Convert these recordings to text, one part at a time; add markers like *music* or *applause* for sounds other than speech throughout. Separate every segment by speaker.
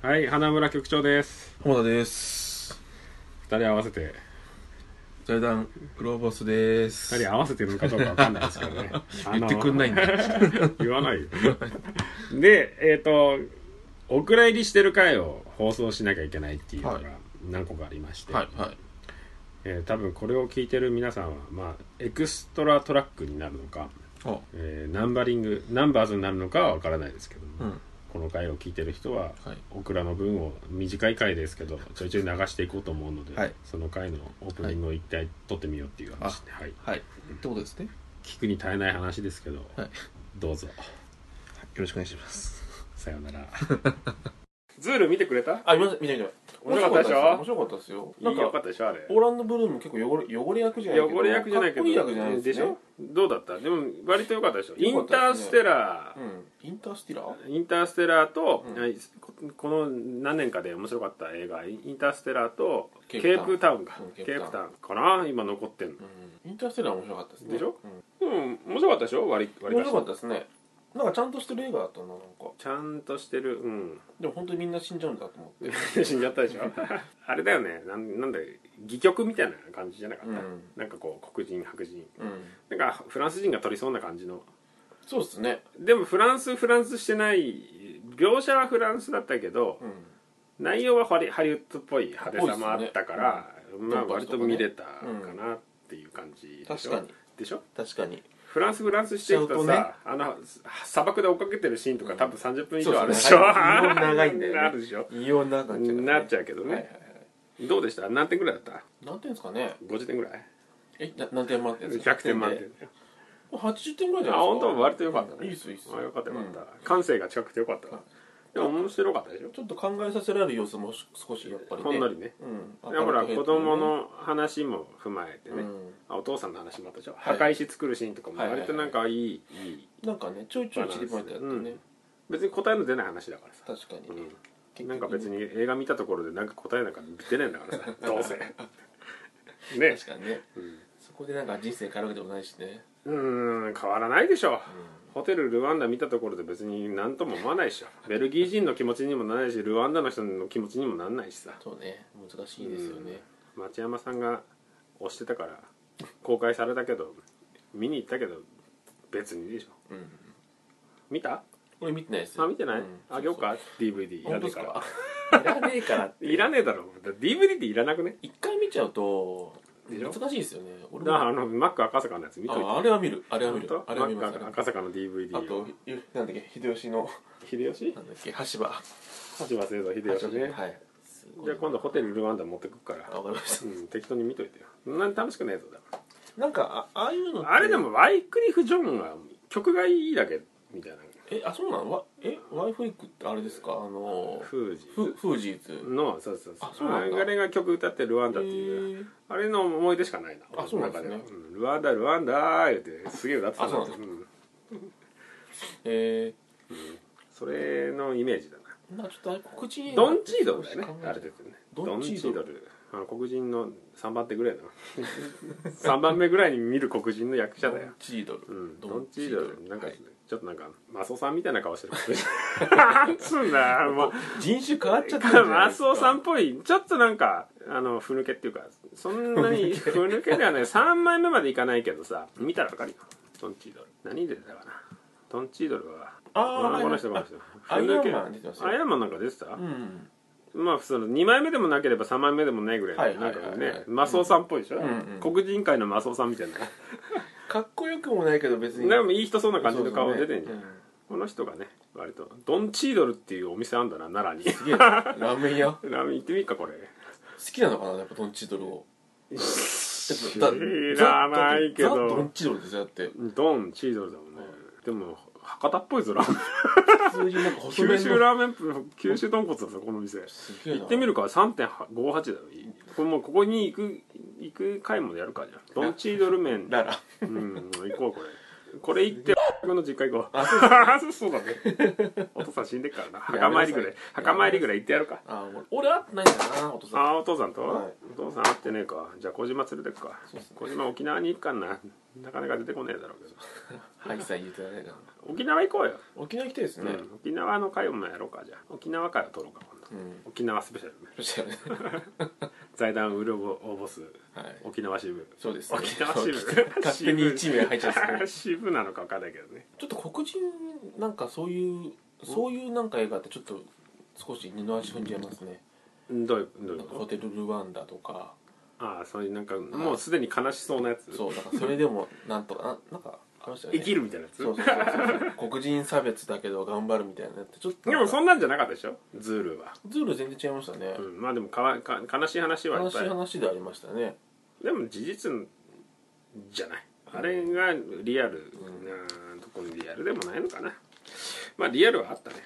Speaker 1: はい、花村局長です。
Speaker 2: 浜田です
Speaker 1: 二人合わせて、
Speaker 2: 財団グローボスです。
Speaker 1: 二人合わせてるのかどうかわかんないですけどね
Speaker 2: *laughs* 言ってくんな
Speaker 1: *laughs*
Speaker 2: いんだ
Speaker 1: あの言わないよ。で、えっ、と、お蔵入りしてる回を放送しなきゃいけないっていうのが
Speaker 2: はい
Speaker 1: 何個かありまして、
Speaker 2: はいはい
Speaker 1: えー多分これを聞いてる皆さんは、まあ、エクストラトラックになるのか、
Speaker 2: あ
Speaker 1: えーナンバリング、ナンバーズになるのかはわからないですけども、
Speaker 2: うん
Speaker 1: この回を聞いてる人は、
Speaker 2: はい
Speaker 1: オクラの分を短い回ですけどちょいちょい流していこうと思うので、
Speaker 2: はい
Speaker 1: その回のオープニングを一体撮ってみようっていう話で、はい
Speaker 2: はいってことですね
Speaker 1: 聞くに耐えない話ですけど、
Speaker 2: はいよ
Speaker 1: どうぞ
Speaker 2: ろしくお願いします
Speaker 1: さよな
Speaker 2: *laughs*
Speaker 1: らズール見てくれた
Speaker 2: あ見ました見た見た
Speaker 1: 面白かったでしょ
Speaker 2: 面白かったですよ
Speaker 1: いい
Speaker 2: なん
Speaker 1: よ
Speaker 2: か
Speaker 1: かったでしょあれ
Speaker 2: ポーランドブルーム結構汚れ汚れ役じゃないけど
Speaker 1: 汚れ役じゃないけど
Speaker 2: かっこいい役じゃないですね
Speaker 1: しょどうだったでも割と良かったでしょイ
Speaker 2: 良
Speaker 1: ンタ
Speaker 2: か
Speaker 1: ー
Speaker 2: ったですね
Speaker 1: ステラー、
Speaker 2: うんインタースティラー
Speaker 1: インターステラーと、
Speaker 2: うん
Speaker 1: はいここの何年かで面白かった映画インターステラーと
Speaker 2: ケ
Speaker 1: ケ
Speaker 2: ー
Speaker 1: ー
Speaker 2: プ
Speaker 1: プタウンか、
Speaker 2: うんケ
Speaker 1: ケ
Speaker 2: ープタウン
Speaker 1: ープタウンかな今残ってんの
Speaker 2: うんインタースティラー面白かったですね
Speaker 1: でしょ
Speaker 2: うん
Speaker 1: うん面白かったでしょ割割
Speaker 2: 面
Speaker 1: り
Speaker 2: 白かったですねなんかちゃんとしてる映画だったななんか
Speaker 1: ちゃんとしてるうん *laughs*
Speaker 2: でも本当にみんな死んじゃうんだと思って
Speaker 1: 死んじゃったでし *laughs* ょあれだよねなんなんだ戯曲みたいな感じじゃなかった、
Speaker 2: うん
Speaker 1: なんかこう黒人白人
Speaker 2: うん
Speaker 1: なんかフランス人が取りそうな感じの
Speaker 2: そうですね
Speaker 1: でもフランスフランスしてない描写はフランスだったけど、
Speaker 2: うん
Speaker 1: 内容はハリハリウッドっぽい派手さもあったから、まあ
Speaker 2: コンパス
Speaker 1: 割
Speaker 2: とか
Speaker 1: と
Speaker 2: ね
Speaker 1: 見れたかなっていう感じでしょ、
Speaker 2: 確かに
Speaker 1: でしょ
Speaker 2: 確かに
Speaker 1: フランスフランスしてると
Speaker 2: しちゃ
Speaker 1: さあの砂漠で追っかけてるシーンとか多分30分以 *laughs* 上あるでし
Speaker 2: そ
Speaker 1: ょ、
Speaker 2: うそうはい日本長いんだよね
Speaker 1: あるでしょ
Speaker 2: 異様になっちゃうからね
Speaker 1: なっちゃうけどね
Speaker 2: はいはいはい
Speaker 1: どうでした何点ぐらいだった
Speaker 2: 何点ですかね
Speaker 1: ?50 点ぐらい
Speaker 2: えな何点満点ですか
Speaker 1: ?100 点満
Speaker 2: で
Speaker 1: 点
Speaker 2: 80点ぐらいじゃ
Speaker 1: あ
Speaker 2: ない
Speaker 1: 本
Speaker 2: ですか
Speaker 1: 当割と良かったね
Speaker 2: いいっすいいっす
Speaker 1: あよかったよかった、
Speaker 2: うん
Speaker 1: 感性が近くてよかったわ
Speaker 2: はい
Speaker 1: でも面白かったでしょ
Speaker 2: ちょっと考えさせられる様子もし少しやっぱりね
Speaker 1: ほんのりね
Speaker 2: うん
Speaker 1: だから子供の話も踏まえてね、
Speaker 2: うん
Speaker 1: あお父さんの話もあったでしょ、
Speaker 2: はい
Speaker 1: 墓石作るシーンとかも
Speaker 2: はいはい
Speaker 1: 割となんかいい,、いい
Speaker 2: なんかねちょいちょいちりばめてやってね
Speaker 1: 別に答えの出ない話だからさ、
Speaker 2: 確かにね
Speaker 1: うん、なんか別に映画見たところでなんか答えなんか出ないんだから
Speaker 2: *laughs*
Speaker 1: さどうせね
Speaker 2: 確かにね
Speaker 1: うん
Speaker 2: そこでなんか人生変わるわけでもないしね
Speaker 1: うーん変わらないでしょ、ホテルルワンダ見たところで別に何とも思わないでしょベルギー人の気持ちにもならないしルワンダの人の気持ちにもならないしさ
Speaker 2: そうね難しいですよね
Speaker 1: 町山さんが推してたから公開されたけど見に行ったけど別にいいでしょ
Speaker 2: うん
Speaker 1: 見た
Speaker 2: これ見てないです
Speaker 1: あ見てない、
Speaker 2: うん
Speaker 1: あげようか DVD いらね
Speaker 2: 本当
Speaker 1: え
Speaker 2: です
Speaker 1: か
Speaker 2: からいらねえからって
Speaker 1: いらねえだろだって DVD っていらなくね
Speaker 2: 一回見ちゃうと
Speaker 1: でしょ
Speaker 2: 難しいですよね俺
Speaker 1: だ
Speaker 2: も
Speaker 1: からあのマック赤坂のやつ見といて
Speaker 2: ああれは見るあれは見る
Speaker 1: 本当
Speaker 2: あれは見
Speaker 1: マ
Speaker 2: ま
Speaker 1: ッ
Speaker 2: す
Speaker 1: ク
Speaker 2: あ
Speaker 1: 赤坂の DVD
Speaker 2: とゆなんだっけ秀吉の
Speaker 1: 秀吉
Speaker 2: なんだっけ橋場
Speaker 1: 橋場製造秀吉ね
Speaker 2: はい
Speaker 1: じゃあ今度ホテルルワンダ持ってくから
Speaker 2: あわかりまし
Speaker 1: うん、適当に見といてよそんなに楽しくないぞだか
Speaker 2: たなんかあああいうのって
Speaker 1: らあれでもワイクリフ・ジョンが曲がいいだけみたいな
Speaker 2: えあそうなのわえワイフリックってあれですかあのー
Speaker 1: フージ
Speaker 2: フフージーズ
Speaker 1: のそうそうそう
Speaker 2: あそうなんだ
Speaker 1: あれが曲歌ってルワンダっていう、
Speaker 2: へー
Speaker 1: あれの思い出しかないな
Speaker 2: あそうなんですね
Speaker 1: 俺の中ではうんルワンダルワンダー言ってすげえ歌ってた
Speaker 2: あそうなんだ
Speaker 1: ん
Speaker 2: え
Speaker 1: それのイメージだな
Speaker 2: ー、なんかちょっと黒人映画
Speaker 1: ドンチードルだよね
Speaker 2: 少し考えちゃ
Speaker 1: あ
Speaker 2: う
Speaker 1: れですよね
Speaker 2: ドンチードル
Speaker 1: ドンルあの黒人の3番手ぐらいだな3 *laughs* 番目ぐらいに見る黒人の役者
Speaker 2: ド
Speaker 1: だよ
Speaker 2: ンチードル、
Speaker 1: うん、ドンチードルなんか、
Speaker 2: はい
Speaker 1: ちょっとなんかマスオさんみたいな顔してる
Speaker 2: *laughs*
Speaker 1: なんつうんだもう
Speaker 2: 人種変わっちゃったんじゃない
Speaker 1: マ
Speaker 2: です
Speaker 1: ス
Speaker 2: か
Speaker 1: オさんっぽいちょっとなんかあのふぬけっていうかそんな
Speaker 2: *laughs*
Speaker 1: にふぬけではない3枚目までいかないけどさ見たらわかるよドンチードル何出てたかなドンチードルは
Speaker 2: あー
Speaker 1: この人この人
Speaker 2: あアイアンマン出てますよ
Speaker 1: アイアンマンなんか出てた、
Speaker 2: うん
Speaker 1: まあその2枚目でもなければ3枚目でもないぐらいの、
Speaker 2: はいはいはい
Speaker 1: な
Speaker 2: はい
Speaker 1: んかねマスオさんっぽいでしょ、
Speaker 2: うんうん
Speaker 1: 黒人界のマスオさんみたいな
Speaker 2: かっこよくもないけど別に
Speaker 1: でもいい人そうな感じの顔
Speaker 2: そうそ
Speaker 1: 出
Speaker 2: う
Speaker 1: てん
Speaker 2: ね
Speaker 1: じゃん、この人がね割とドンチードルっていうお店あんだな奈良に
Speaker 2: うんラーメン屋好
Speaker 1: *laughs* ラーメン行ってみっかこれ
Speaker 2: きなのかなやっぱドンチードルを知
Speaker 1: 知らないけど
Speaker 2: ドンチードルですよだ
Speaker 1: *laughs*
Speaker 2: って
Speaker 1: ドンチードルだもんね、でも博多っぽいぞラー *laughs* メン
Speaker 2: 普通になんか細
Speaker 1: 九
Speaker 2: 麺
Speaker 1: 州
Speaker 2: の
Speaker 1: ラーメンプ九州豚骨だぞこの店
Speaker 2: すげえな
Speaker 1: 行ってみるか3.58だよこれもうここに行く行く回もやるかじゃんドンチードル麺
Speaker 2: ララ
Speaker 1: うん行こうこれこれ行って僕の実家行こう
Speaker 2: あ
Speaker 1: あ *laughs* そうそうだねお父さん死んでっからな墓参りぐらい墓参りぐらい行ってやろうか
Speaker 2: あー俺会ってないんだなお父さん
Speaker 1: ああお父さんと、
Speaker 2: はい
Speaker 1: お父さん会ってねえかじゃあ小島連れてくか、
Speaker 2: そうっすね
Speaker 1: 小島沖縄に行くかんななかなか出てこねえだろうけど
Speaker 2: はいさ言ってないかな
Speaker 1: 沖縄行こうよ、
Speaker 2: 沖縄行きたいですね
Speaker 1: うん沖縄の会もやろうかじゃあ沖縄会を取ろうか今度
Speaker 2: うん
Speaker 1: 沖縄スペシャル
Speaker 2: そうしたよ
Speaker 1: *laughs*
Speaker 2: ね
Speaker 1: 財団ウルボ応募す
Speaker 2: はい
Speaker 1: 沖縄支部
Speaker 2: そうですね
Speaker 1: 沖縄支部
Speaker 2: *laughs* 勝手に一名入っちゃうんです
Speaker 1: *laughs*
Speaker 2: けど
Speaker 1: 支部なのか分かんないけどね
Speaker 2: ちょっと黒人なんかそういうそういうなんか映画ってちょっと少し二の足踏んじゃいますね
Speaker 1: どういうどうい
Speaker 2: な
Speaker 1: うん
Speaker 2: かホ
Speaker 1: こ
Speaker 2: テルルワンダとか
Speaker 1: とああそういうなんかもうすでに悲しそうなやつ
Speaker 2: そうだからそれでもなんとかななんかありましたよ
Speaker 1: 生
Speaker 2: ね
Speaker 1: きるみたいなやつ
Speaker 2: そうそうそうそう黒人差別だけど頑張るみたいなのってちょっと
Speaker 1: でもそ
Speaker 2: ん
Speaker 1: んなんじゃなかったでしょズールは、
Speaker 2: ズール全然違いましたね
Speaker 1: うん、まあでもかわか悲しい話はい
Speaker 2: 悲
Speaker 1: っ
Speaker 2: し
Speaker 1: ぱ
Speaker 2: い
Speaker 1: い
Speaker 2: 話でありましたね
Speaker 1: でも事実じゃないあれがリアルなとこにリアルでもないのかなまあリアルはあったね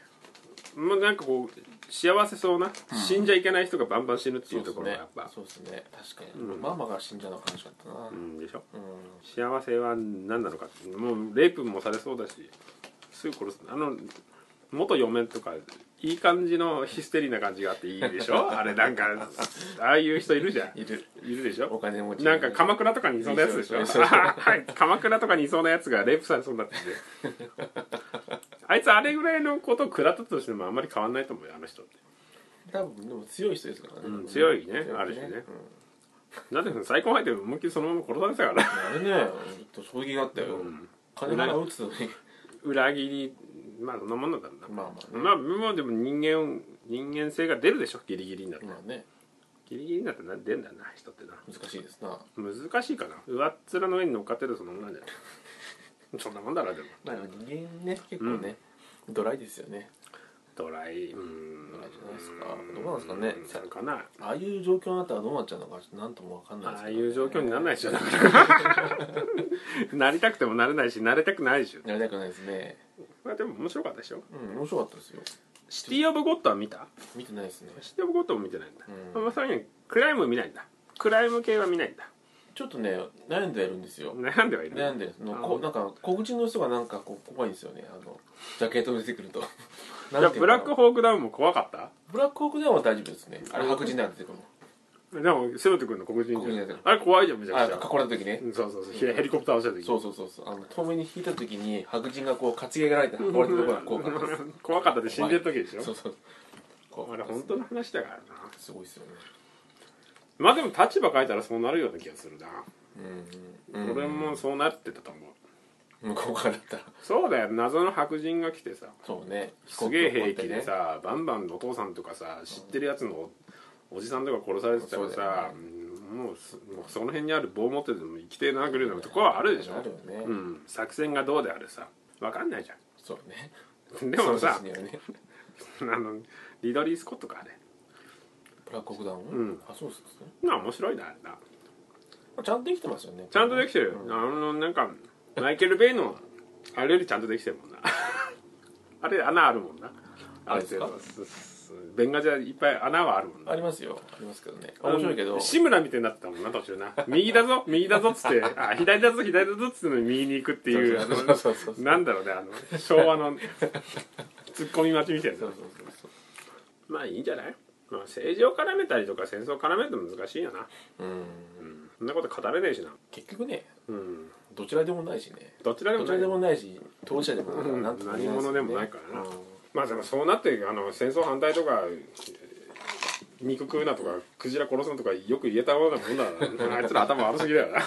Speaker 1: まあなんかこう幸せそうな、死んじゃいけない人がバンバン死ぬっていうところがやっぱ
Speaker 2: そうですね確かに、ママが死んじゃうの悲しかったなう、
Speaker 1: うんんでしょ幸せは何なのかってもうレイプもされそうだしすぐ殺すあの元嫁とかいい感じのヒステリーな感じがあっていいでしょあれなんかああいう人いるじゃん
Speaker 2: *laughs* いる
Speaker 1: いるでし
Speaker 2: お
Speaker 1: ょ
Speaker 2: 金持ち
Speaker 1: なんか鎌倉とかにいそうなやつでしょ
Speaker 2: そうそうそう
Speaker 1: *laughs* はい鎌倉とかにいそうなやつがレイプされそうになってて *laughs* あいつあれぐらいのことを食らったとしてもあんまり変わんないと思うよあの人って
Speaker 2: 多分でも強い人ですからね、
Speaker 1: うん強いねある種ねだって再婚相手思いっきりそのまま殺されてたから
Speaker 2: うんあれねちょっと衝撃があったよ、金が打つのに *laughs*
Speaker 1: 裏切りまあそんなもんなんだろうな
Speaker 2: まあまあね
Speaker 1: まあもうでも人間人間性が出るでしょギリギリになって、
Speaker 2: まあね
Speaker 1: ギリギリになってな出んだよな人ってな
Speaker 2: 難しいですな
Speaker 1: 難しいかな上っ面の上に乗っかってるそのもんなん *laughs* じゃないそんなもんだろでも
Speaker 2: まあでも人間ね結構ね、ドライですよね
Speaker 1: ドライうーん
Speaker 2: ドライじゃないですかどうなんですかね
Speaker 1: うんそうかな
Speaker 2: ああいう状況になったらどうなっちゃうのかちょっとなんともわかんないで
Speaker 1: あ
Speaker 2: す
Speaker 1: あ
Speaker 2: けど、
Speaker 1: いう状況にならないでしょ
Speaker 2: ょ
Speaker 1: だから *laughs* なりたくてもなれないしなれたくないでしょ
Speaker 2: なりたくないですね
Speaker 1: まあでも面白かったでしょ
Speaker 2: うん面白かったですよ
Speaker 1: シティ・オブ・ゴッドは見た
Speaker 2: 見てないですね
Speaker 1: シティ・オブ・ゴッドも見てないんだ、
Speaker 2: うん
Speaker 1: まあ、そういうのクライム見ないんだクライム系は見ないんだ
Speaker 2: ちょっとね悩んではいるんですよ
Speaker 1: 悩んではいる
Speaker 2: 悩んでるのこ
Speaker 1: あ
Speaker 2: なんか黒人の人がなんかこう怖いんですよねあのジャケットに出てく
Speaker 1: *laughs*
Speaker 2: ると
Speaker 1: じゃあブラック
Speaker 2: ホ
Speaker 1: ホークダウンも怖かった
Speaker 2: ブラックホークでは大丈夫ですねあれ白人なんて出てくる
Speaker 1: でも攻めてくるの黒人
Speaker 2: 黒
Speaker 1: じゃ
Speaker 2: 人
Speaker 1: ん
Speaker 2: だよ
Speaker 1: あれ怖いじゃんめち
Speaker 2: のあ
Speaker 1: ゃく
Speaker 2: 囲
Speaker 1: ちゃ
Speaker 2: われた時ね
Speaker 1: うんそうそうそうヘヘリコプター落ちた時
Speaker 2: そうそうそうそうあの遠目に引いた時に白人がこう担ぎ上げられて運ばれたところが怖かったです
Speaker 1: 怖かったで死んでる時でし
Speaker 2: そう
Speaker 1: ょ
Speaker 2: そう怖
Speaker 1: あ
Speaker 2: か
Speaker 1: れ
Speaker 2: ったで
Speaker 1: 本
Speaker 2: す
Speaker 1: 当の話だからな
Speaker 2: すごいですよね
Speaker 1: まあでも立場変えたらそうなるような気がするな
Speaker 2: うんうん
Speaker 1: 俺もそうなってたと思う
Speaker 2: 向こうからだったら
Speaker 1: そうだよ謎の白人が来てさ
Speaker 2: そうね
Speaker 1: すげえ兵器でさバンバンお父さんとかさ知ってるやつのおじさんとか殺されてたら
Speaker 2: そうだ
Speaker 1: さ
Speaker 2: よ
Speaker 1: うんもうすもうその辺にある棒持ってても生きてえなぐらいのとこはあるでしょ
Speaker 2: あるよね、
Speaker 1: うん、作戦がどうであれさ分かんないじゃ
Speaker 2: そうね
Speaker 1: んでもさ
Speaker 2: そうですね
Speaker 1: あのリドリー・スコットかあれ
Speaker 2: ブラックホークダウン、
Speaker 1: うん
Speaker 2: あそうですね
Speaker 1: まあ面白いなあれな
Speaker 2: まあちゃんと生きてますよね
Speaker 1: ちゃんとできてる、あのなんかマイケル・ベイのあれよりちゃんとできてるもんな *laughs* あれ穴あるもんな
Speaker 2: あれですか
Speaker 1: る程度すすベンガじゃいっぱい穴はあるもんな
Speaker 2: ありますよありますけどね面白いけ
Speaker 1: あ
Speaker 2: ど
Speaker 1: の志村みたいになってたもんな途中な右だぞ右だぞっつってあ左だぞ左だぞっつってのに右に行くっていう
Speaker 2: そうそうそうそう
Speaker 1: あのなんだろうねあの昭和のツッコミ待ちみたいな *laughs*
Speaker 2: そうそうそう
Speaker 1: まあいいんじゃない、まあ、政治を絡めたりとか戦争を絡めると難しいよな、
Speaker 2: そううん
Speaker 1: うん、そんなこと語れねえしな
Speaker 2: 結局ね
Speaker 1: うん
Speaker 2: どちらでもないしね
Speaker 1: どちらでも
Speaker 2: どち
Speaker 1: ない
Speaker 2: らでもないし当事者でもないから
Speaker 1: うん
Speaker 2: なんとも言え
Speaker 1: 何者でもない
Speaker 2: す
Speaker 1: か
Speaker 2: よね
Speaker 1: らなまあでもそうなってあの戦争反対とかえー肉食うなとかクジラ殺すなとかよく言えたようなもんだからなあいつら頭悪すぎだよな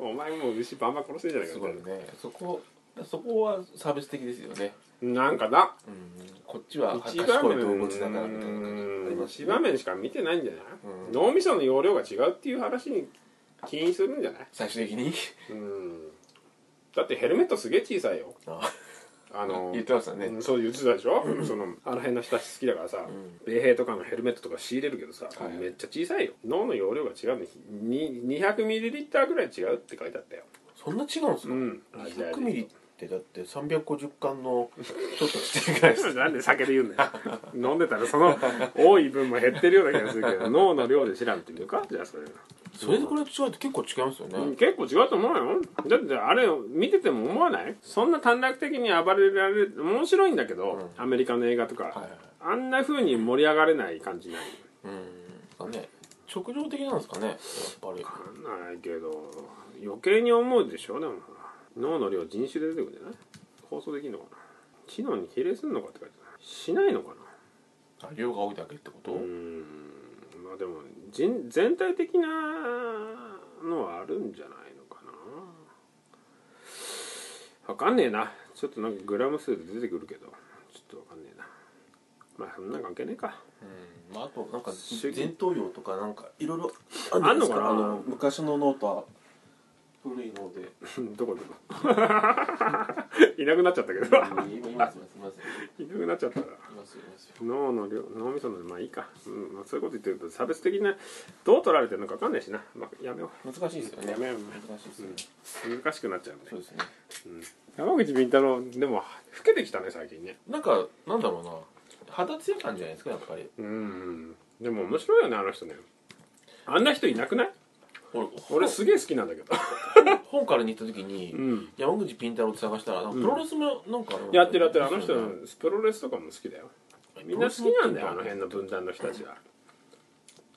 Speaker 1: お前もう牛バンバン殺してんじゃ
Speaker 2: う
Speaker 1: なんい
Speaker 2: す
Speaker 1: か
Speaker 2: ごい
Speaker 1: みた
Speaker 2: ねそこそこは差別的ですよね、
Speaker 1: いななんかな
Speaker 2: うん、こっちは
Speaker 1: 一
Speaker 2: 賢い
Speaker 1: 場面
Speaker 2: 動物だからみたいな感じあります
Speaker 1: 一
Speaker 2: ね
Speaker 1: 場面しか見てないんじゃない
Speaker 2: うん
Speaker 1: 脳みその容量が違うっていう話に起因するんじゃない
Speaker 2: 最終的に
Speaker 1: うんだってヘルメットすげえ小さいよ
Speaker 2: あ
Speaker 1: あの
Speaker 2: 言ってましたね、
Speaker 1: うんそう言ってたでしょそのあの辺の人たち好きだからさ、米兵とかのヘルメットとか仕入れるけどさ、
Speaker 2: はい
Speaker 1: めっちゃ小さいよ脳の容量が違うのにに 200ml ぐらい違うって書いてあったよ
Speaker 2: そんな違うんで
Speaker 1: う
Speaker 2: すか、
Speaker 1: ん
Speaker 2: 100ミリってだって350巻のちょっとしてるぐらいで
Speaker 1: *laughs*
Speaker 2: す
Speaker 1: なんで酒で言うんだよ飲んでたらその多い分も減ってるような気がするけど脳の量で調べてみるかじゃあそれ、
Speaker 2: それでこれ違うと結構違いますよね、
Speaker 1: うん結構違うと思うよだってあれ見てても思わないそんな短絡的に暴れられる面白いんだけど、アメリカの映画とか、
Speaker 2: はいはい
Speaker 1: あんな風に盛り上がれない感じない
Speaker 2: うんね直情的なんですかねやっぱり
Speaker 1: わかんないけど余計に思うでしょでも脳の量人種で出てくるんじゃない放送できんのかな知能に比例するのかって書いてあるしないのかな
Speaker 2: あ量が多いだけってこと、
Speaker 1: うーんまあでも人全体的なのはあるんじゃないのかなわかんねえなちょっとなんかグラム数で出てくるけどちょっとわかんねえなまあそんな関係ねえか *laughs*
Speaker 2: うんまあ、あとなんか
Speaker 1: 主義
Speaker 2: 伝統用とかなんかいろいろ
Speaker 1: あんのかな
Speaker 2: あの昔のノートは古いので
Speaker 1: どこどこ *laughs* いなくなっちゃったけど *laughs*
Speaker 2: 今いますいますいます
Speaker 1: いなくなっちゃったない
Speaker 2: ますいます
Speaker 1: 脳の量脳みそのまあいいか、うんまあ、そういうこと言ってると差別的などう取られてるのかわかんないしな、まあ、やめよ
Speaker 2: 難しいですよね
Speaker 1: やめよう
Speaker 2: 難しいですよね、
Speaker 1: う難しくなっちゃうんで
Speaker 2: そうですね
Speaker 1: 山口敏太郎でも老けてきたね最近ね
Speaker 2: なんかなんだろうな肌艶感じゃないですかやっぱり
Speaker 1: うんうんでも面白いよねあの人ねあんな人いなくない
Speaker 2: 俺
Speaker 1: 俺すげえ好きなんだけど
Speaker 2: 本からに行った時に、
Speaker 1: うん
Speaker 2: 山口ピン太郎って探したらなんかプロレスもなんか、
Speaker 1: やってるやってるあの人
Speaker 2: そう
Speaker 1: の
Speaker 2: ね
Speaker 1: プロレスとかも好きだよみんな好きなんだよあの辺の分断の人たちは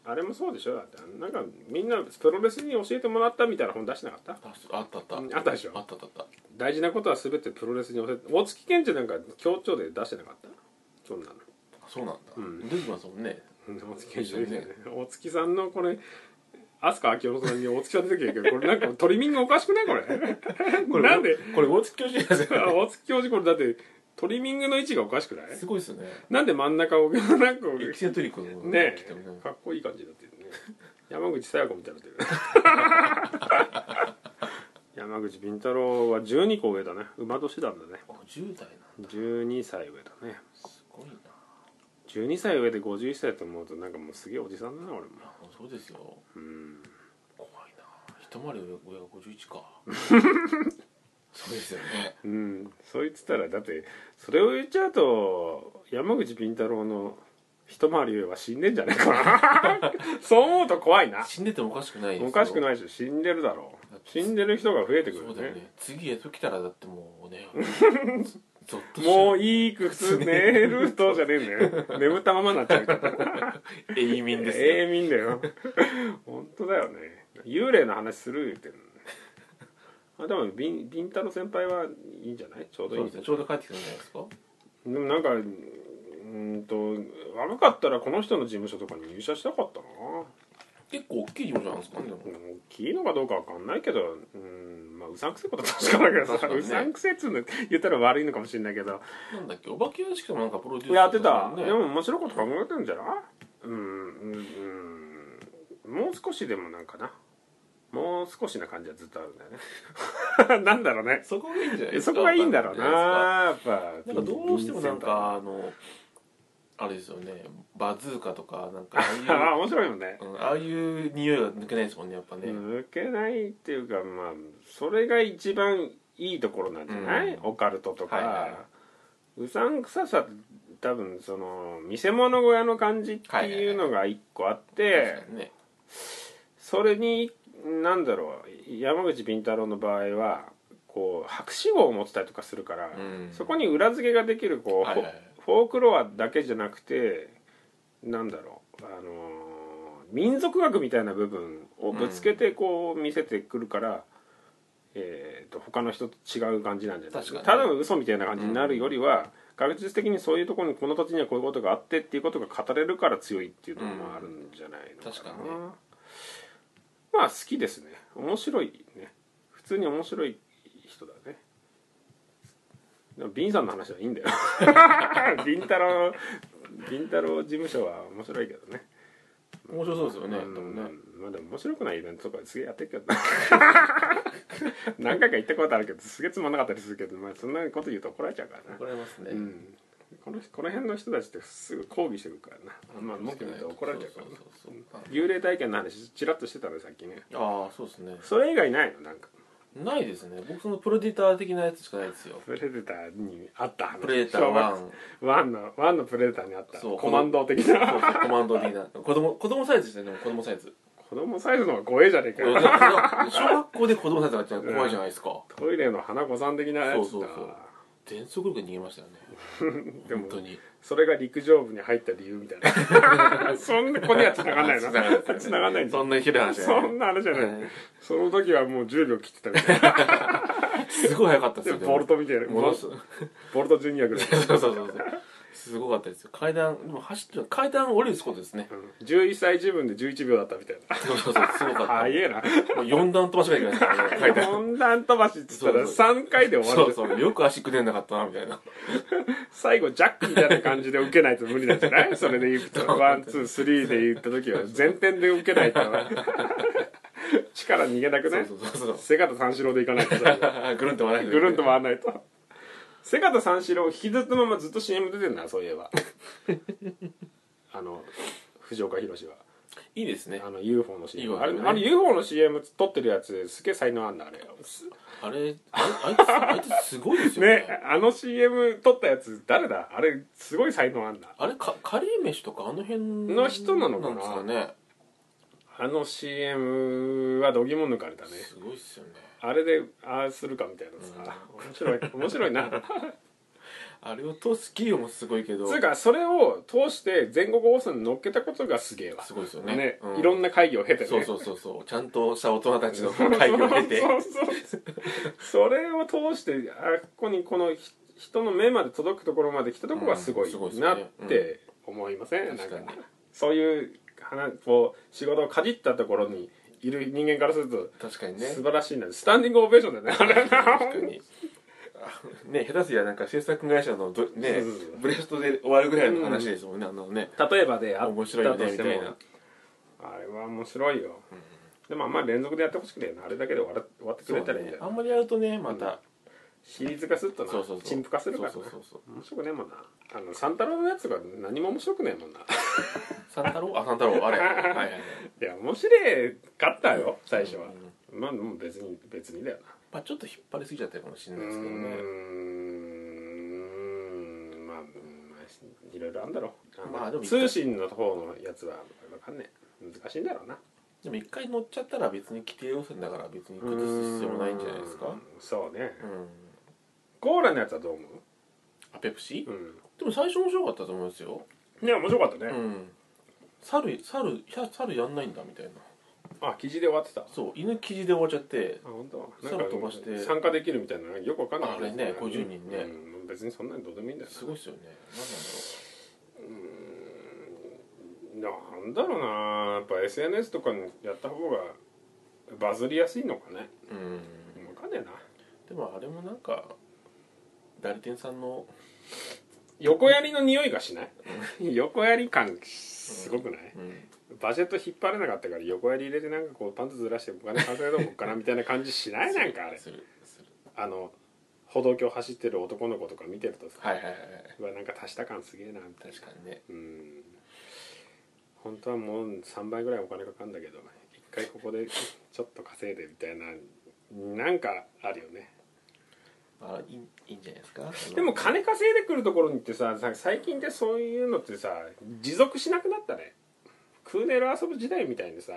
Speaker 1: あれもそうでしょだってなんかみんなプロレスに教えてもらったみたいな本出してなかった
Speaker 2: あそうあったあった
Speaker 1: うんあったでしょ
Speaker 2: あったあったあった
Speaker 1: 大事なことは全てプロレスに教えて大月健二なんか協調で出してなかったそんなの
Speaker 2: あそうなんだ、
Speaker 1: ん
Speaker 2: 出てきますもんね
Speaker 1: 大月健二ね大月さんのこれ飛鳥明夫さんに大月さん出てきてるけどこれなんかトリミングおかしくないこれなんで
Speaker 2: これ大月教授ですよ
Speaker 1: あ大月教授これだってトリミングの位置がおかしくない
Speaker 2: すごいですね
Speaker 1: なんで真ん中をなんか
Speaker 2: エキセントリックの
Speaker 1: ね
Speaker 2: 来てる
Speaker 1: かっこいい感じになってるね山口さや子みたいになってる山口敏太郎は12個上だね馬年なんだね
Speaker 2: 50代なんだ
Speaker 1: 12歳上だね
Speaker 2: すごいな
Speaker 1: 12歳上で51歳と思うとなんかもうすげえおじさんだな俺も
Speaker 2: あそうですよ
Speaker 1: うん
Speaker 2: 怖いな一回り上上が51か
Speaker 1: *laughs*
Speaker 2: そうですよね
Speaker 1: うんそう言ってたらだってそれを言っちゃうと山口敏太郎の一回り上は死んでんじゃねえかな *laughs* そう思うと怖いな
Speaker 2: 死んでてもおかしくないですよ
Speaker 1: おかしくないでしょ死んでるだろう死んでる人が増えてくる
Speaker 2: そうだよ
Speaker 1: ね
Speaker 2: ね次へと来たらだって
Speaker 1: *laughs*
Speaker 2: もうねゾッとしちゃ
Speaker 1: もういい靴寝るとじゃねえんだよ
Speaker 2: *laughs*
Speaker 1: 眠ったままになっちゃうから
Speaker 2: 永民ですよ、
Speaker 1: 永遠見んだよ本当だよね幽霊の話する言ってんのあでもビンビン太郎先輩はいいんじゃないちょうどいい
Speaker 2: そうんで
Speaker 1: じゃな
Speaker 2: すね
Speaker 1: い
Speaker 2: ちょうど帰ってきたんじゃないですか
Speaker 1: でもなんかうーんと若かったらこの人の事務所とかに入社したかったな
Speaker 2: 結構大きい事務所なんですかねでも
Speaker 1: うん大きいのかどうかわかんないけどうんまあうさんくせえことは確かだけど
Speaker 2: 確
Speaker 1: さ、
Speaker 2: かにね
Speaker 1: うさんくせえっつうの言ったら悪いのかもしれないけど
Speaker 2: なんだっけお化け屋敷でもなんかプロデュース
Speaker 1: やってた
Speaker 2: もんね
Speaker 1: でも面白いこと考えてるんじゃないうんうんうんもう少しでもなんかなもう少しな感じはずっとあるんだよね *laughs* なんだろうね
Speaker 2: そこがいいんじゃないですか
Speaker 1: そこがいいんだろうなやっぱ
Speaker 2: なんかどうしてもなんかあのあれですよねバズーカとかなんか
Speaker 1: あ
Speaker 2: あ
Speaker 1: あ面白いよね *laughs*
Speaker 2: あいう、うん、ああいう匂いが抜けないですもんねやっぱね、
Speaker 1: 抜けないっていうかまあそれが一番いいところなんじゃない、
Speaker 2: うん
Speaker 1: オカルトとか、
Speaker 2: はいはいう
Speaker 1: さんくささ多分その見せ物小屋の感じっていうのが一個あって、
Speaker 2: 確かにね
Speaker 1: それに何だろう山口敏太郎の場合はこう博士号を持ってたりとかするから、
Speaker 2: うん
Speaker 1: そこに裏付けができるこう、
Speaker 2: はいはいはい
Speaker 1: フォークロアだけじゃなくてなんだろうあのー民族学みたいな部分をぶつけてこう見せてくるから、えー、と他の人と違う感じなんじゃない
Speaker 2: 確かに
Speaker 1: ただの嘘みたいな感じになるよりは、学術的にそういうところにこの土地にはこういうことがあってっていうことが語れるから強いっていうところもあるんじゃないのかな、
Speaker 2: 確かにね
Speaker 1: まあ好きですね面白いね普通に面白い人だねでもビンさんの話はいいんだよ *laughs* ビン太郎ビン太郎事務所は面白いけどね
Speaker 2: 面白そうですよね、
Speaker 1: うん
Speaker 2: でもね
Speaker 1: まあでも面白くないイベントとかすげえやってるけどな *laughs* 何回か行ったことあるけどすげえつまんなかったりするけど、まあ、そんなこと言うと怒られちゃうからな
Speaker 2: 怒られますね、
Speaker 1: うんこのこの辺の人たちってすぐ抗議してくるからな、まあ文句言うと怒られちゃうからな
Speaker 2: そうそうそうそう
Speaker 1: 幽霊体験の話ちらっとしてたねさっきね
Speaker 2: ああそうですね
Speaker 1: それ以外ないのなんか
Speaker 2: ないですね僕そのプロデューター的なやつしかないですよ
Speaker 1: プレデターにあった話
Speaker 2: プレーター
Speaker 1: 小学
Speaker 2: 1
Speaker 1: ワンのワンのプレデターにあった
Speaker 2: そう
Speaker 1: コマンド的
Speaker 2: そう
Speaker 1: な
Speaker 2: そうコマンド的な
Speaker 1: *laughs*
Speaker 2: 子供子供サイズですねでも子供サイズ
Speaker 1: 子供サイズの方が怖えじゃねえ
Speaker 2: いやい
Speaker 1: かよ
Speaker 2: や小学校で子供サイズがあったら怖いじゃないですか
Speaker 1: トイレの花子さん的なやつだ
Speaker 2: そうそうそう全速力で逃げましたよね
Speaker 1: でも
Speaker 2: 本当に
Speaker 1: それが陸上部に入った理由みたい
Speaker 2: *laughs*
Speaker 1: なそんな子には繋がんないの
Speaker 2: 繋がんない
Speaker 1: 繋がんないんだ
Speaker 2: そんなひどい話じゃな
Speaker 1: そ
Speaker 2: い
Speaker 1: んなあれじゃないその時はもう10秒切ってたみた
Speaker 2: *laughs*
Speaker 1: いな
Speaker 2: すごい速かったです
Speaker 1: で
Speaker 2: よ
Speaker 1: ボルトみたいな
Speaker 2: 戻す *laughs*
Speaker 1: ボルトジュニアぐらい
Speaker 2: そうそうそうそうすごかったですよ階段でも走ってる階段降りることですね
Speaker 1: うん11歳自分で11秒だったみたいな
Speaker 2: そうそうそうすごかった
Speaker 1: 早えな
Speaker 2: もう4段飛ばしがいけないです
Speaker 1: *laughs*
Speaker 2: からね階段
Speaker 1: 温暖飛ばしって言ったら
Speaker 2: そうそ
Speaker 1: 3回で終わる
Speaker 2: そうそうよく足くねんなかったなみたいな
Speaker 1: 最後ジャックみたいな感じで受けないと無理なんじゃ
Speaker 2: *laughs*
Speaker 1: ないそれで言うとワンツースリーで言った時は前転で受け
Speaker 2: *laughs*
Speaker 1: ないと力逃げなく
Speaker 2: そ
Speaker 1: ないう
Speaker 2: そうそうそ
Speaker 1: 瀬方三四郎でいかないとさ
Speaker 2: う *laughs* ぐるんと回らない
Speaker 1: ぐるんと回んないと瀬方三四郎引きずったままずっと CM 出てんなそういえ
Speaker 2: *laughs*
Speaker 1: ばあの藤岡弘は
Speaker 2: ていいですね
Speaker 1: あの UFO の CM
Speaker 2: いいわ
Speaker 1: あれ,、
Speaker 2: ね
Speaker 1: あれ UFO の CM 撮ってるやつすげえ才能あんだあれ
Speaker 2: あれあいあいつあいつすごいですよね
Speaker 1: ねあの CM 撮ったやつ誰だあれすごい才能あんだ
Speaker 2: あれかカレー飯とかあの辺
Speaker 1: の人なのかなん
Speaker 2: ですかね
Speaker 1: あの CM はどぎも抜かれたね
Speaker 2: すごいっすよね
Speaker 1: あれでああするかみたいなさ、面白い面白い
Speaker 2: *laughs*
Speaker 1: な
Speaker 2: あれを通す企業もすごいけど
Speaker 1: つうかそれを通して全国放送に乗っけたことがすげえわ
Speaker 2: すごいですよね
Speaker 1: ね
Speaker 2: うん
Speaker 1: いろんな会議を経てね
Speaker 2: そうそうそうそうちゃんとした大人た
Speaker 1: *laughs*
Speaker 2: ちの会議を経て
Speaker 1: そうそうそうそれを通してあここにこのひ人の目まで届くところまで来たところはすごい
Speaker 2: うんすごいですね
Speaker 1: なって思いません、
Speaker 2: うん
Speaker 1: なんか
Speaker 2: 確かに
Speaker 1: そういう話こう仕事をかじったところにいる人間からすると
Speaker 2: 確かにね
Speaker 1: 素晴らしいな、スタンディングオベーションだよねあれ
Speaker 2: 確かにあね下手すりゃなんか制作会社のどね
Speaker 1: そうそうそう
Speaker 2: ブレストで終わるぐらいの話ですもんね、あのね *laughs*
Speaker 1: 例えばであった
Speaker 2: 面白いよ
Speaker 1: と
Speaker 2: ね
Speaker 1: して
Speaker 2: みた
Speaker 1: も
Speaker 2: いな
Speaker 1: あれは面白いよ、でもあんまり連続でやってほしくねえなあれだけで終わら終わってくれたらいいん
Speaker 2: そ
Speaker 1: じ
Speaker 2: うね
Speaker 1: ゃな
Speaker 2: あ
Speaker 1: い、
Speaker 2: んまりやるとねまた、
Speaker 1: シリーズ化するとな
Speaker 2: そうそうそう
Speaker 1: 陳腐化するからな
Speaker 2: そうそうそう
Speaker 1: 面白くねえもんなあの三太郎のやつが何も面白くねえもんない
Speaker 2: 三太郎あ三太郎あれはいはいはい
Speaker 1: や面白かったよ *laughs* 最初は、まあもう別に別にだよ
Speaker 2: まあちょっと引っ張りすぎちゃったかもしれ
Speaker 1: な
Speaker 2: ないですけどね
Speaker 1: うーんまあうんまあいろいろあんだろう
Speaker 2: まあでも
Speaker 1: 通信の方のやつは分かんねえ難しいんだろうな
Speaker 2: でも一回乗っちゃったら別に規定路線だから別に崩す必要もないんじゃないですか
Speaker 1: うーんそうね、
Speaker 2: うん
Speaker 1: コーラのやつはどう思う
Speaker 2: あペプシ、
Speaker 1: うん
Speaker 2: でも最初面白かったと思うんですよ
Speaker 1: いや面白かったね、
Speaker 2: うん猿猿いや猿やんないんだみたいな
Speaker 1: あ記事で終わってたあ
Speaker 2: そう犬記事で終わっちゃって
Speaker 1: 本当。
Speaker 2: 空飛ばして
Speaker 1: 参加できるみたいなのよくわかんなかったです
Speaker 2: あれね50人ね
Speaker 1: うん別にそんなにどうでもいいんだよな
Speaker 2: すごいですよね何
Speaker 1: なんだろうなやっぱ SNS とかにやった方がバズりやすいのかね
Speaker 2: なんだろううん
Speaker 1: 分かんねえな
Speaker 2: でもあれもなんか代理店さんの
Speaker 1: 横やりの匂いがしない *laughs* 横やり感すごくない、
Speaker 2: うん
Speaker 1: バジェット引っ張れなかったから横やり入れてなんかこうパンツずらしてお金稼いどこうかなみたいな感じしないなんかあれ
Speaker 2: するする
Speaker 1: あの歩道橋走ってる男の子とか見てるとさ、
Speaker 2: はいはいはいはいう
Speaker 1: わなんか足した感すげえなみたいな
Speaker 2: 確かにね
Speaker 1: うん本当はもう3倍ぐらいお金かかるんだけど一回ここでちょっと稼いでみたいななんかあるよね
Speaker 2: あいいいいんじゃないですか
Speaker 1: でも金稼いでくるところにってささ最近ってそういうのってさ持続しなくなったねクーネル遊ぶ時代みたいにさ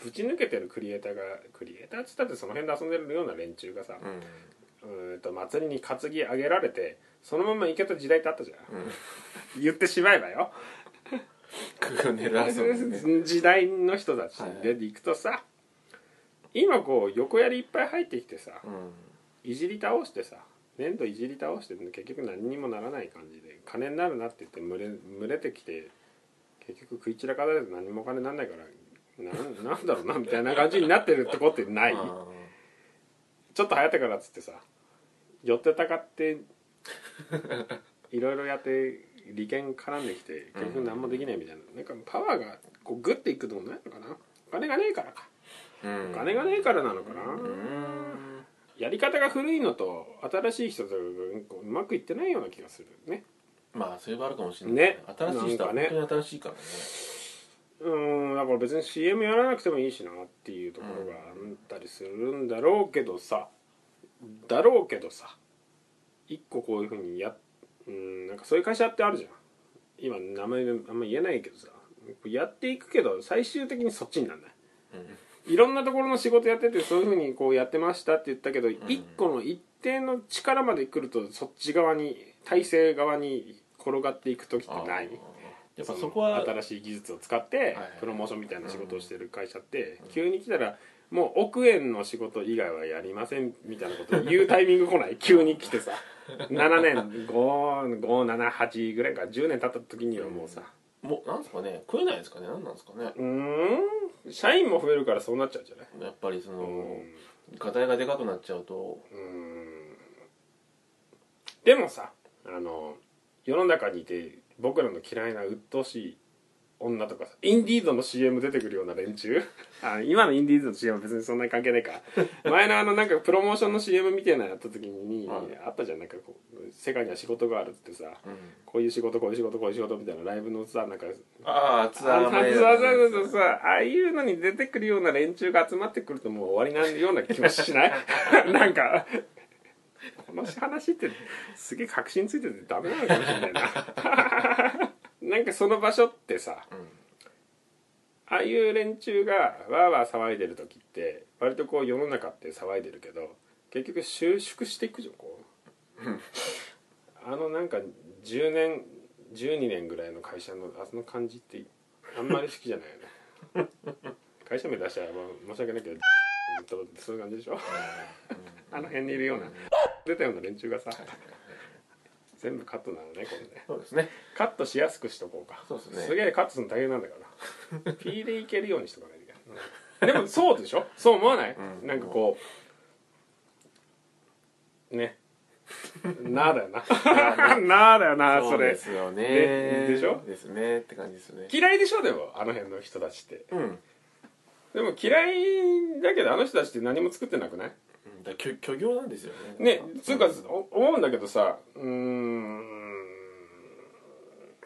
Speaker 1: ぶち抜けてるクリエイターがクリエイターっつったってその辺で遊んでるような連中がさ、
Speaker 2: うん
Speaker 1: うーんと祭りに担ぎ上げられてそのまま行けた時代ってあったじゃん、
Speaker 2: うん
Speaker 1: 言ってしまえばよ
Speaker 2: クーネルアソン
Speaker 1: *laughs*
Speaker 2: ね
Speaker 1: 時代の人たち
Speaker 2: はい
Speaker 1: で行くとさ、今こう横やりいっぱい入ってきてさ
Speaker 2: うん
Speaker 1: いじり倒してさ粘土いじり倒して結局何にもならない感じで金になるなって言って群れ群れてきて結局食い散らかされて何もお金にならないからなんなんだろうなみたいな感じになってるとこってない
Speaker 2: あ
Speaker 1: ちょっと流行ったからっつってさ寄ってたかっていろいろやって利権絡んできて結局何もできないみたいな、なんかパワーがこうグッていくのもないのかなお金がねえからか
Speaker 2: ー
Speaker 1: お
Speaker 2: うん
Speaker 1: 金がねえからなのかな、
Speaker 2: うん
Speaker 1: やり方が古いのと新しい人とこううまくいってないような気がするね
Speaker 2: まあそれはあるかもしれない
Speaker 1: ね
Speaker 2: 新しい人は
Speaker 1: なんか
Speaker 2: 本
Speaker 1: ね
Speaker 2: 当に新しいからね
Speaker 1: うーんだから別に CM やらなくてもいいしなっていうところがあったりするんだろうけどさだろうけどさ一個こういうふうにやうーんなんかそういう会社ってあるじゃん今名前あんま言えないけどさやっていくけど最終的にそっちになんないいろんなところの仕事やっててそういうふうにこうやってましたって言ったけど、一個の一定の力まで来るとそっち側に体制側に転がっていく時ってない
Speaker 2: あーやっぱそこは
Speaker 1: 新しい技術を使って
Speaker 2: はい
Speaker 1: プロモーションみたいな仕事をしてる会社って急に来たらもう億円の仕事以外はやりませんみたいなこと言うタイミング来ない
Speaker 2: *laughs*
Speaker 1: 急に来てさ7年5578ぐらいから10年経った時にはもうさ
Speaker 2: もうなんですかね食えないですかねなんなんですかね
Speaker 1: うーん社員も増えるからそうなっちゃうんじゃない
Speaker 2: やっぱりその、
Speaker 1: うん
Speaker 2: 課題がでかくなっちゃうと
Speaker 1: うーんでもさあの世の中にいて僕らの嫌いな鬱陶しい女とかさインディーズの CM 出てくるような連中 *laughs* あ今のインディーズの CM は別にそんなに関係ないか *laughs* 前のあのなんかプロモーションの CM みたいなのやった時に、
Speaker 2: はい
Speaker 1: あったじゃんなんかこう世界には仕事があるってさ
Speaker 2: うん
Speaker 1: こういう仕事こういう仕事こういう仕事みたいなライブのさなんか
Speaker 2: ああツ
Speaker 1: あ
Speaker 2: ア
Speaker 1: の
Speaker 2: ー前
Speaker 1: そうそうそうそうああいうのに出てくるような連中が集まってくるともう終わりなような気もしない *laughs* なんかこの話ってすげえ確信ついててダメなのかもしれない *laughs* ななんかその場所ってさああいう連中がわーわー騒いでる時って割とこう世の中って騒いでるけど結局収縮していくじゃんこうあのなんか10年12年ぐらいの会社のあその感じってあんまり好きじゃないよね会社名出したら、まあ、申し訳ないけどずっとそういう感じでしょあの辺にいるような出たような連中がさ全部カットなのね今度ね
Speaker 2: そうですね
Speaker 1: カットしやすくしとこうか
Speaker 2: そうですね
Speaker 1: げえカットするの大変なんだから P でいけるようにしとかないといけないでもそうでしょそう思わない、
Speaker 2: うん
Speaker 1: なんかこうねなあだよななあだよなそうれ
Speaker 2: ですよね
Speaker 1: ででしょ
Speaker 2: ですねって感じですね
Speaker 1: 嫌いでしょでもあの辺の人たちって
Speaker 2: うんうん
Speaker 1: でも嫌いだけどあの人たちって何も作ってなくない
Speaker 2: だから虚虚業なんですよ
Speaker 1: ね
Speaker 2: ね
Speaker 1: つうか
Speaker 2: うん
Speaker 1: お思うんだけどさうーん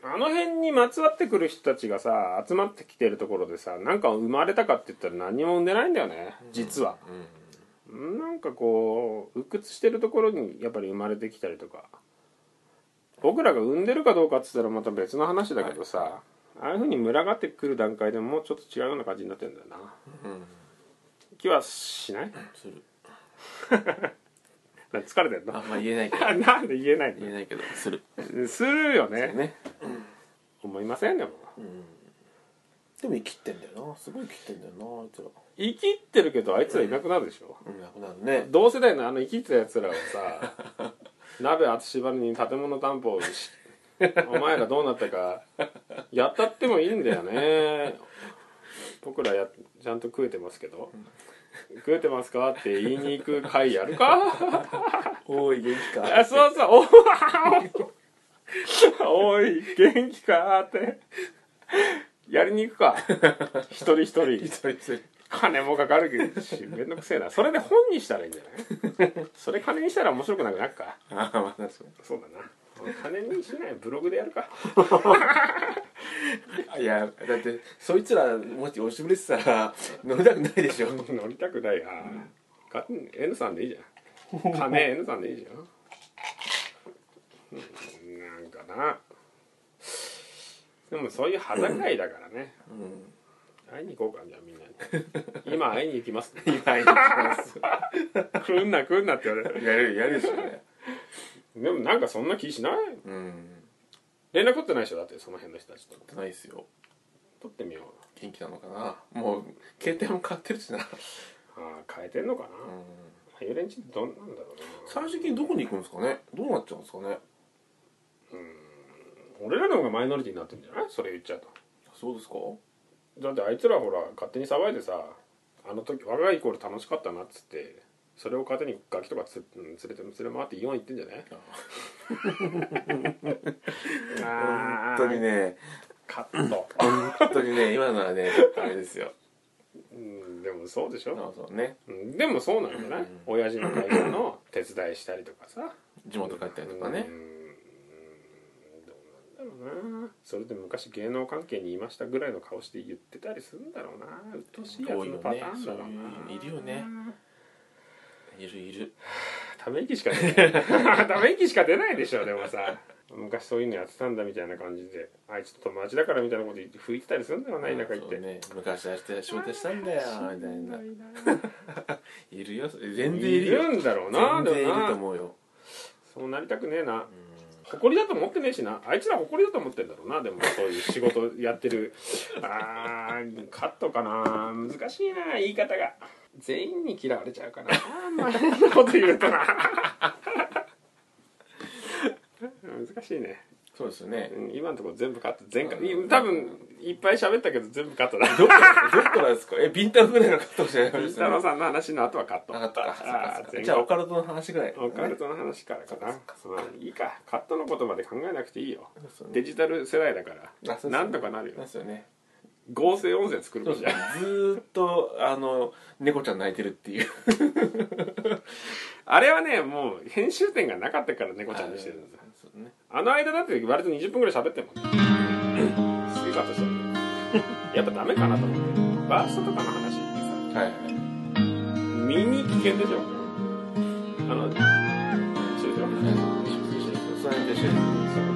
Speaker 1: あの辺にまつわってくる人たちがさ集まってきてるところでさなんか生まれたかって言ったら何も生んでないんだよね実は、
Speaker 2: うん
Speaker 1: なんかこう鬱屈してるところにやっぱり生まれてきたりとか僕らが産んでるかどうかって言ったらまた別の話だけどさ、ああいうふうに群がってくる段階でもうちょっと違うような感じになってんだよな
Speaker 2: うん
Speaker 1: 気はしない
Speaker 2: する
Speaker 1: 疲れてる
Speaker 2: あ
Speaker 1: な
Speaker 2: んま言えないけど
Speaker 1: *laughs* なんで言えない
Speaker 2: 言え
Speaker 1: の
Speaker 2: ないけどする
Speaker 1: するよね
Speaker 2: ね
Speaker 1: 思いませんでも
Speaker 2: うんでも生きってんだよなすごい生きってんだよなあいつら
Speaker 1: 生きってるけどあいつらいなくなるでしょ、
Speaker 2: うんなくなるね
Speaker 1: 同世代のあの生きてたやつらはさ鍋厚縛りに建物担保をしお前らどうなったかやったってもいいんだよね僕らやちゃんと食えてますけど食えてますかって言いに行く会やるか
Speaker 2: おい元気か
Speaker 1: あそうそうおおい元気かってやりに行くか一人一人
Speaker 2: *laughs* 一人一人
Speaker 1: 金もかかるしめんどくせえなそれで本にしたらいいんじゃないそれ金にしたら面白くなくなるか
Speaker 2: *laughs* ああまあ確か
Speaker 1: そうだな金にしないブログでやるか
Speaker 2: にあいやだってそいつらもし押しぶれてたら乗りたくないでしょ
Speaker 1: 乗りたくないや、か N さんでいいじゃん金 N さんでいいじゃんうんなんかなでもそういう肌がいだからね
Speaker 2: うん
Speaker 1: 会いに行こうかじゃあみんなに今会いに行きます、ね、
Speaker 2: 今言います
Speaker 1: 来んな来んなって言われる
Speaker 2: やるやるでしょね
Speaker 1: でもなんかそんな気しない
Speaker 2: うん
Speaker 1: 連絡取ってないでしょだってその辺の人たちと
Speaker 2: ないですよ
Speaker 1: 取ってみよう
Speaker 2: 元気なのかなもう携帯も買ってるしな
Speaker 1: ああ変えてんのかな、ああいう連中ってどんなんだろうな
Speaker 2: 最終的にどこに行くんですかねどうなっちゃうんですかね
Speaker 1: 俺らの方がマイノリティになってるんじゃないそれ言っちゃうと
Speaker 2: そうですか
Speaker 1: だってあいつらほら勝手に騒いでさあの時若い頃楽しかったなっつってそれを糧にガキとかつ、うん連れて連れ回ってイオン行ってんじゃない *laughs* あ
Speaker 2: 本当にね
Speaker 1: カット、
Speaker 2: 本当にね今のはねあれですよ
Speaker 1: うん、でもそうでし
Speaker 2: なる
Speaker 1: ょ、
Speaker 2: ほどね
Speaker 1: うん、でもそうなんじゃない、
Speaker 2: うん
Speaker 1: 親父の会社の手伝いしたりとかさ
Speaker 2: 地元帰ったりとかね
Speaker 1: うーんどうなんだろうなそれで昔芸能関係にいましたぐらいの顔して言ってたりするんだろうな鬱陶しいやつのパターンだろうな
Speaker 2: 多いよねそういうのいるよねいるいる
Speaker 1: ため息しか出ないため息しか出ないでしょでもさ *laughs* 昔そういうのやってたんだみたいな感じであいつと友達だからみたいなこと言って吹いてたりするんだよな田舎行っ
Speaker 2: そう
Speaker 1: て、
Speaker 2: ね昔あして仕事したんだよみたいな
Speaker 1: しんどい
Speaker 2: いるよ全然い
Speaker 1: い
Speaker 2: るよ
Speaker 1: るんだろうな
Speaker 2: 全然いると
Speaker 1: でもな
Speaker 2: 思うよ
Speaker 1: そうなりたくねえな誇りだと思ってねえしなあいつら誇りだと思ってんだろうなでもそういう仕事やってるあーカットかな難しいな言い方が全員に嫌われちゃうかなあんまあ変なこと言うとな難しいね
Speaker 2: そうですよね
Speaker 1: うん今のところ全部カット前回
Speaker 2: うん
Speaker 1: 多分いっぱい喋ったけど全部カットだ
Speaker 2: どっからどっからですかえビンタルぐらいのカットじゃないです
Speaker 1: 金
Speaker 2: ね
Speaker 1: 太郎さんの話の後はカット
Speaker 2: なかったかそっかそっ
Speaker 1: あー
Speaker 2: か
Speaker 1: 前
Speaker 2: じゃあオ
Speaker 1: 回
Speaker 2: カルトの話ぐらい、ね、
Speaker 1: オカルトの話からかな
Speaker 2: そっか
Speaker 1: まあいいかカットのことまで考えなくていいよ
Speaker 2: そうですよね
Speaker 1: デジタル世代だから
Speaker 2: あそうですよね
Speaker 1: なんとかなるよ
Speaker 2: そうですよね
Speaker 1: 合成音声作る
Speaker 2: そ
Speaker 1: の
Speaker 2: うです
Speaker 1: じ
Speaker 2: ね
Speaker 1: ゃん
Speaker 2: ずーっとあの猫ちゃん泣いてるっていう
Speaker 1: あれはねもう編集点がなかったから猫ちゃんにしてるんだよ
Speaker 2: そうね
Speaker 1: あの間だって割と20分ぐらい喋ってんもんねすげえカットしたんだよやっぱダメかなと思ってバーストとかの話ってさ
Speaker 2: はいはい
Speaker 1: 耳危険でしょあの中
Speaker 2: その辺で終了です
Speaker 1: 小